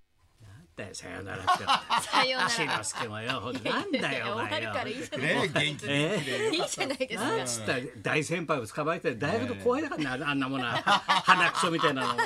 ったよさよならってさような志らの輔もよほんとなんだよお終わ前るよからいいじゃないね元気で。えいいじゃないですかなんつった大先輩を捕まえて大学の後輩だからねあんなものは鼻くそみたいなのが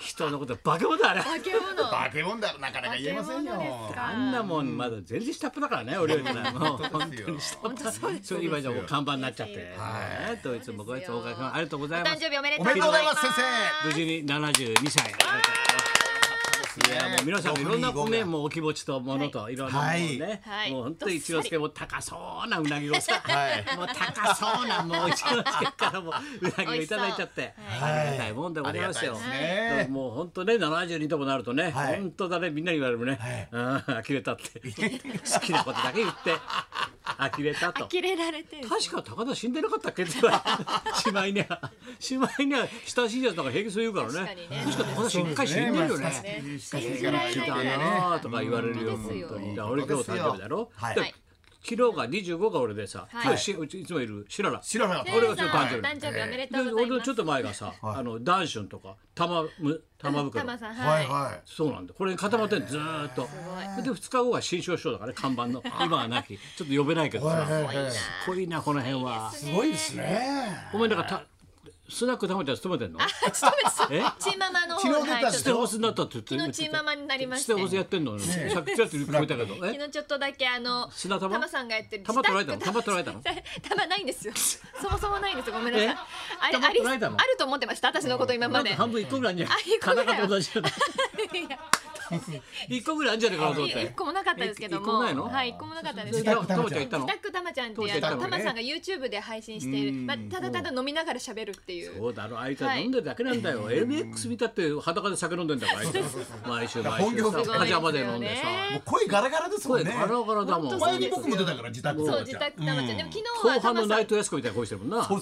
人のこと化け物だあれ化け物化け物だなかなか言えませんよ化け物ですかあんなもんまだ全然下っ端だからね俺よりももう本本当当でにす下っ本よ当そうで端すそう今じゃもう看板になっちゃってはねドイツもこいつおかげさまありがとうございおま誕す生日おめでとおうめでとうございますご先ざ生無事に72歳いやもう皆さんもいろんなねもうお気持ちとものといろんなものをね、はいもう本当に一之輔も高そうなうなぎをさ、はいもう高そうなもう一之輔からもうなぎをいただいちゃって、はいありがたいもんでございますよ。ありがたいですねもう本当ね72ともなるとね、はい本当だねみんなに言われるね、うん呆れたって好きなことだけ言って呆れたと。呆れられてる確か高田死んでなかったっけって言われしまいにはしまいには親しいやつなんか平気そう言うから確かねにね確か高田氏一回死んでるよね信じだらなれないぐらいあとか言われるよ本当です本よ当に。だから俺今日誕生日だろ。はいではい昨日が二十五が俺でさ、はい今日しうちいつもいる白良。白目が俺がちょっと誕生日誕生日おめででとうござ俺いまのすちょっと前がさ、あのダンシュンとか玉む玉袋。玉さんははいいはそうなんだ。これに固まってんのずーっと。で二日後が新章師匠だからね看板の今はなきちょっと呼べないけどさ。いはい。すごいなこの辺は。すごいですね。お前なんかたスナック食べたやつ勤めてんの？勤めてたえ？チンママの方昨日出たはいちょっスとテホスになったって言って。昨日チンママになりましスてテホスやってんの。さっきちょっと聞こえたけど。え昨日ちょっとだけあの砂玉さんがやってる玉取られたのスタッフ玉取られたの玉ないんですよそもそもないんですよごめんなさいえあれ玉あり取らあれたのると思ってました私のこと今まなんでかい半分一個ぐらいあんじゃないあ一個ぐらいかと同じじゃない一個ぐらいあんじゃないかなと思っ一て個もなかったですけど一個もないのはい一個もなかったです自けど宅たまちゃん行った自の宅たまちゃんっていうたまちあゃのんたねまさんが YouTube で配信しているまあただただ飲みながら喋るっていうそうだろあいつは飲んでるだけなんだよ LX 見たって裸で酒飲んでんだからあいつは毎週毎本業週すごいですさよねパジャマで飲んでさもう声ガラガラですもん声ね。ガラガラだもん本当前に僕も出たから自宅そうと自宅たまちゃんでも昨日は後半玉のさナんイトヤスコみたいな声してるもんな後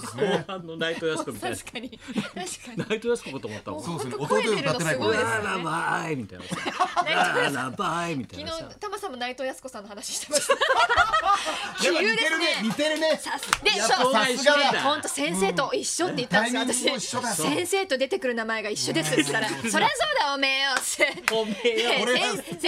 半のナイトヤスコみたいな確かに確かにナイトヤスコかと思ったもんそうですね本当声出るのすごいですラねラバイみ たいなさ。ララバイみたいな昨さ。日たまさんも内藤康子さんの話してました。やっぱ似てるね似てるね。で、やっそうぱさですがだ本当先生と一緒って言ったんタイミンですグよ。も一緒だ私そう先生と出てくる名前が一緒ですって言ったら、そりゃそうだおめえよって。おめえよ先俺生先生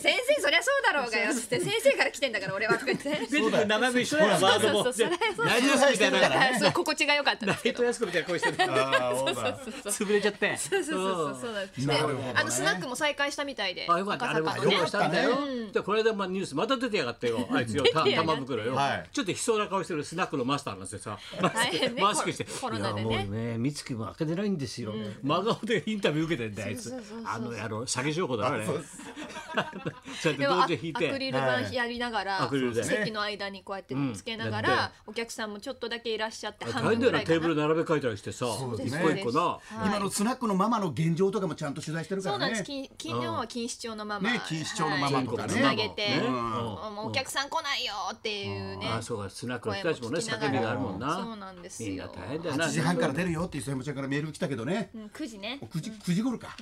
先生そりゃそうだろうがよっつって先生から来てんだから俺はとか言って出てくる名前も一緒だよ、ワードも。そうそうそうナイトヤスコみたいそうな。だはいすごい心地が良かったでナすけイどトヤスコみたいな声してる。ああそうだ。潰れちゃって。そうそうそうそうなんですでなるほどねあのスナックも再開したみたいであよかったあれも赤坂の用ね意したんだよ。でこれでまあニュースまた出てやがってよあいつよたてやがって玉袋よはい。ちょっと悲壮な顔してるスナックのマスターなんですよさ。マ大ス変クねマスクして。コロナでねいやもうね三月も開けてないんですよ。真顔でインタビュー受けてんだよあいつそうそうそう。そうあの野郎詐欺証拠だろあれ。そそううでやってで同は時引いアクて。リル板やりながら、アクリルで席の間にこうやってつけうながんやっら、お客さんもちょっとだけいらっしゃって半大変だよ分ぐならいテかーブルな。並べ替えたりしてさそうです一ね個一個な。はい今のスナックのママの現状とかもちゃんと取材してるかそうならんです。ね。き昨日は錦糸町のママ、ね錦糸町のマはマいとかねつなげて、ねううんんもうお客さん来ないよっていうね。あそうかスナックの人声たちもね聞きながら叫びがあるもんな。そうなんですよみんな大変だよな。 8時半から出るよっていう磯山ちゃんからメール来たけどね。うん9時ね。 9時9時頃か。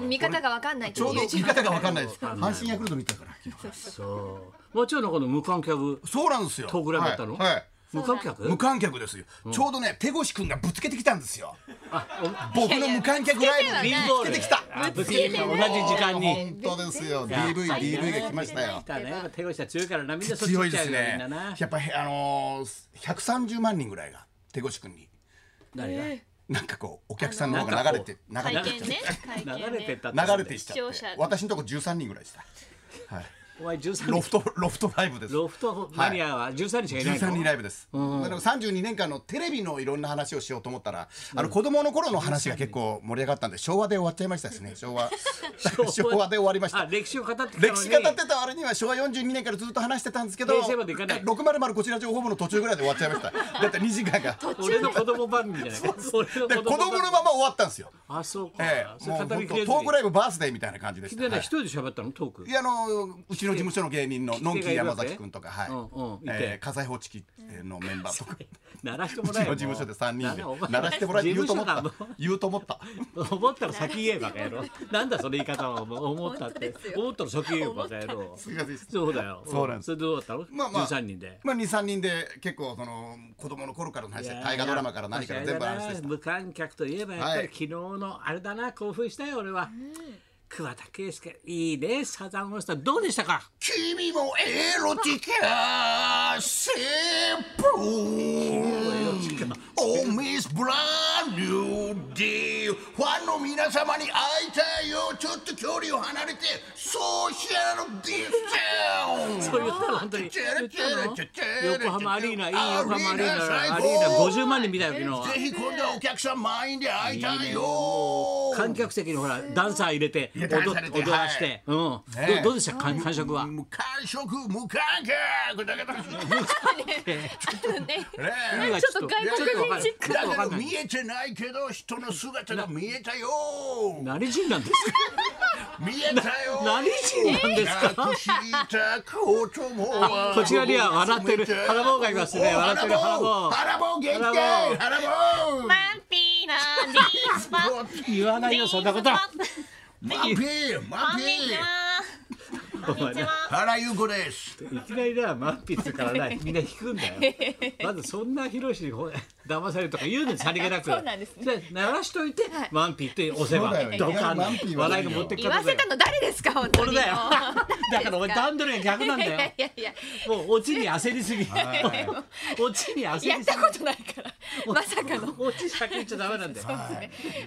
見方がわかんないってちょうどいう見方が分かんないです。阪神ヤクルト見たから。そう。もちろんこの無観客そうなんですよ。トークライブだったの？はいはい無観客？無観客ですよ、ちょうどね手越くんがぶつけてきたんですよあ、僕の無観客ライブいにやいやぶつけてきたあぶつけてきた同じ時間に。本当ですよ DV DV が来ましたよだね、手越しは強いからなみんなそっち行強いっでちゃすうよみんねなな。やっぱりあのー、130万人ぐらいが手越くんに何が流なんかこうお客さんの方が流れて流会れて見ね。会見れてっね。たって流れていっち視ゃ聴って者私のとこ13人ぐらいでしたお前十三ロフトロフトライブですロフトマニアは十三人しかいない13の。人ライブです、だから32年間のテレビのいろんな話をしようと思ったら、あの子供の頃の話が結構盛り上がったんで昭和で終わっちゃいましたです ね昭和昭和で終わりましあ、た歴史を語ってきたのに。歴史語ってた割には昭和42年からずっと話してたんですけど平成までいかない600こちら情報部の途中ぐらいで終わっちゃいま しただって2時間が俺の子供番組じゃないか。で俺子の子供供のまま終わったんですよ、あ、そうか。ええそれもう本語当りトきれずにークライブバースデーみたいな感じでした、でねは一い人で喋ったのトークい。やあのうちの事務所の芸人ののんき山崎君とか、はいうんうんいてえー火災報知器のメンバーとか、鳴らしてうもちらえのよ事務所で三人なでんかお前鳴らしてもらえって言うと思っ事た務所だもん言うと思った 思ったら先言えばかやろなんだその言い方は思ったって思ったら先言えばかやろすいませんそうだよそうなんですそれでどうだったのまあまあ13人でまあ二三人で結構その子供の頃からの話で大河ドラマから何から全部話して無観客といえばやっぱはりい昨日のあれだな興奮したよ俺は桑田佳祐いいねサザンオールスターどうでしたか君もエロティカセブンオーミスブランニューディーファンの皆様に会いたいよちょっと距離を離れてソーシャルディスタンそう言ったの本当にチェレチェレチェチェレ横浜アリーナいい横浜アリーアリーナ最ナ高アリーナ50万人見たよ昨日はスぜひ今度はお客さん満員で会いたいよ観客席にほらダンサー入れてや踊ダンサー入れて踊らして、うんねえどどうでしたか感触は無感触無感覚だけどあの ねね何がちょっと外国人チックちょっとわかだんけどない見えてないけど人の姿が見えたよ何人なんですか見えたよ何人なんですか隠したこともはあこちらには笑ってる含め腹棒がいますねお笑ってる腹棒腹腹棒元気腹棒腹棒マンピーなディスパッ言わないよそんなことマンピーマこンんピにちーはお前な原優子ですいきなりなマンピースからなみんな引くんだよまずそんな広しにほ騙されるとか言うのさりげなくそうなんですねで鳴らしといて、マンピーって押せばそうだよねドカマンピンーは笑いが持ってく言るわせたの誰ですか本当俺にだよもうだから俺段取りが逆なんいだやよいやいやもうオチに焦りすぎはいオチに焦りすぎやったことないからまさかのオチ先言っちゃダメなんだよ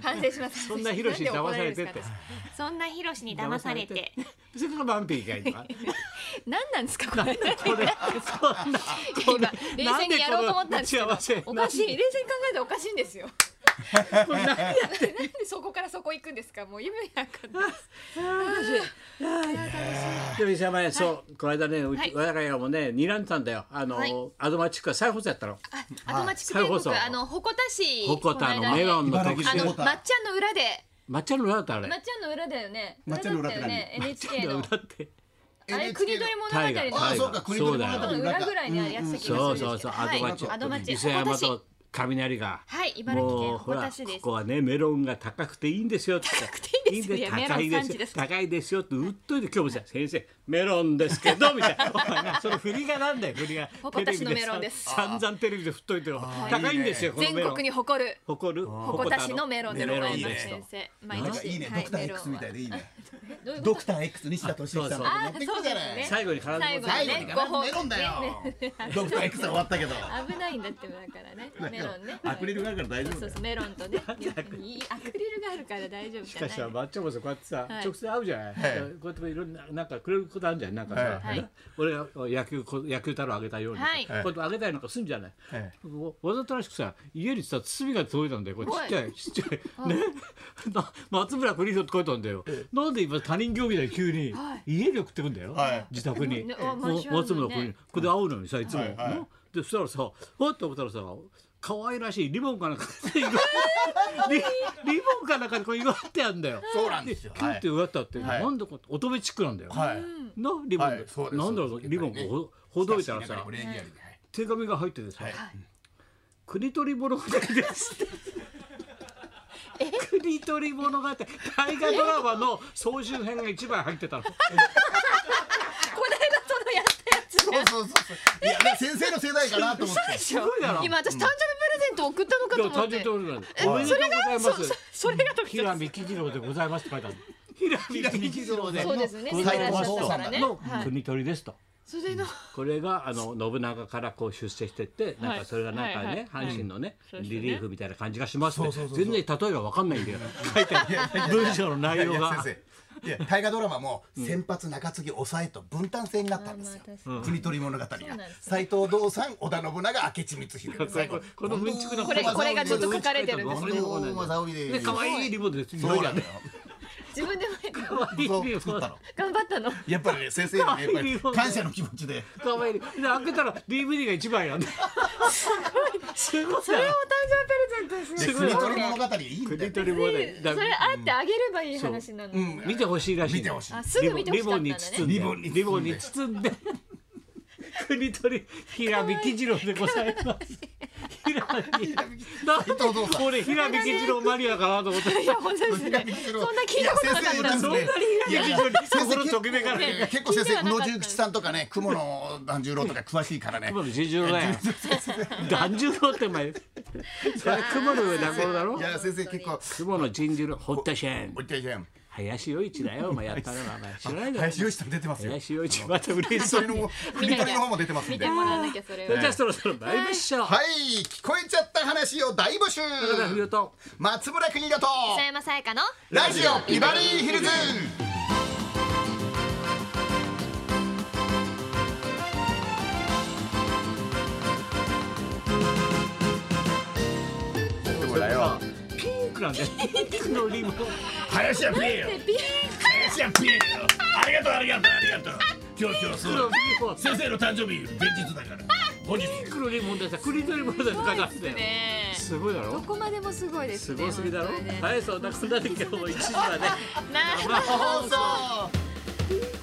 反省しますそんなヒロシに騙されてっなんで怒らるんでてすかそんなヒロシに騙されてそれからマンピーがいいのか何なんですかこれ これそんなこれ今冷静にやろうと思ったんですけどなんこの打ち合わせおかしい冷静に考えたらおかしいんですよなんでそこからそこ行くんですかもう夢やかんないでも石山ね、そう、この間ね、うはちい我が家もね、睨んでたんだよ。あの、はいアドマチックは再放送やったの。アドマチック再放天送国あの鉾田市ホコタこの間ねメロンの茨特城あ集の。鉾田まっちゃんの裏で抹茶の裏だったあれ。まっちゃんの裏だよねまっちゃんの裏っだてよ何ね抹 NHK 茶の裏って。あれ国取り物大河。語のあ大そうか河国取り物語そうだよの裏ぐらいにやってた気がすそるうんですけどそうそう、はアいドマチック。アドマチ伊ッ勢ク山鉾田市と雷が。はい茨城も県うほら鉾田こ市ですこはねメロンが高くていいんですよって高くていいんですよんメロン高いで産す地よですから高いですよって売っといて今日もさ先生メロンですけどみたい なお前なその振りがなんだよ振りがほこたしのテレビメロンですさ散々テレビで振っといてよ高いんですよこのメ全ロン国に誇る誇る鉾田市のメロンでございまメロンですすと先生毎なんかいいね、ドクター X みたいでいいね。ドクター X 西田敏行さんとか持ってくるじゃなあい。そうですね最後に必ず最後最後ねに必ずメロンだよね。ドクター X は終わったけど。危ないんだってだからねメロンねアクリルがあるから大丈そう夫だそうよ。そうメロンとねいいアクリルがあるから大丈夫じゃない私はマッチョもさこうやってさ、はい直接会うじゃない、こうやっていろんななんかくれることあるじゃないなんかさ、はいね俺が野球こ野球太郎あげたようにさ、はいこうやってあげたりなんかするんじゃない、えわわざとらしくさ家にさ包みが届いたんだよこれちはいっちゃいちっちゃいね な松村邦洋って書いたんだよ、なんで今他人行儀だよ急に、家で送ってくんだよ、はい自宅に、ねもあう面白いもんね松村邦洋ここで会うのにさいつも、はいはいなでそしたらさふわっと思ったらさ可愛らしいリボンかなんかでリリボンかなんかでこう祝ってあんだよ。そうなんですよ。キュンって上がったって、はいなんだか乙女チックなんだよ。はい。なリボンで、はいそうですなんだろそううですリボンやっぱりこうほどいたら親しさ中にレギュラーで手紙が入っててさ、はい国取り物語ですって。国取り物語大河ドラマの総集編が一番入ってたの。この間そのやったやつそうそうそうそう。いや、先生の世代かなと 思って。すごいだろ。今私誕生日プレゼント送ったのかでとも誕思っ生日ておめでとうございまそすそ。それがと平見吉次郎でございますって書いてある。平見吉次郎でそうですねご世ざ代いらまっしゃすったからねのはい国取りですと。それのこれがあの信長からこう出世してってなんかそれがなんかはいはねい阪神のねうですねリリーフみたいな感じがしますって全然例えが分かんないんだよ書いてある文章の内い容やが先生いや大河ドラマも先発中継ぎ抑えと分担制になったんですよあーまあ確、国取り物語がそうなんですね斎藤道三織田信長明智光秀これこれこの文竹のこれこれがちょっと書かれてるんですこれ近で藤もこうなんだ正よ雄でで可愛いリボンですそうなんだよ自分で も可 愛いリボそンう作ったの頑張ったのやっぱりね先生にねやっぱり可愛い感謝の気持ちで可愛いで開けたら DVD が一番やんだすごいすごいなお誕生日プレゼントですですご国い取り物語いいんだ国よ取り物語それだ会ってあげればいい話なのに、見てほしいらしい見てほしいあすぐ見てほしかったんだねリリボボンンにに包んでリボンに包包んでんで国取り平見吉次郎でございます平見藤道三俺平見吉次郎マニアかなと思った いや本当 ですねそんな聞いたことなかっいたや先生そんなに平見吉次郎に心の時目からいや結構先生宇野重吉さんとかね雲野團十郎とか詳しいからね雲の十十郎だよ團十郎ってお前それ雲の上だころだろいや先生結構雲の十十郎堀田シェーンおいてじゃん林洋一だよお前やったのはお前知らないだろ林義人出てますよ林洋一また嬉しそそうれにの見見なきゃ取りの方も出てますん見でてもらわなきゃそれそれはじゃあそろそろ参りましょうはい聞こえちゃった話を大募そ集れでは冬と松村邦だと磯山さやかのラジオビバリーヒルズそうだよピンクなんだよピンクのリボン林家ピーよピン林家ピーよありがとうありがとうありがとう今日今日そう黒リボン先生の誕生日前日だから本日黒リボンだった栗のリボンだった書いてあってクねすごいだろどこまでもすごいですすねごすぎだろ本当にねはいそんなこんなで今日も1時までな生放送放送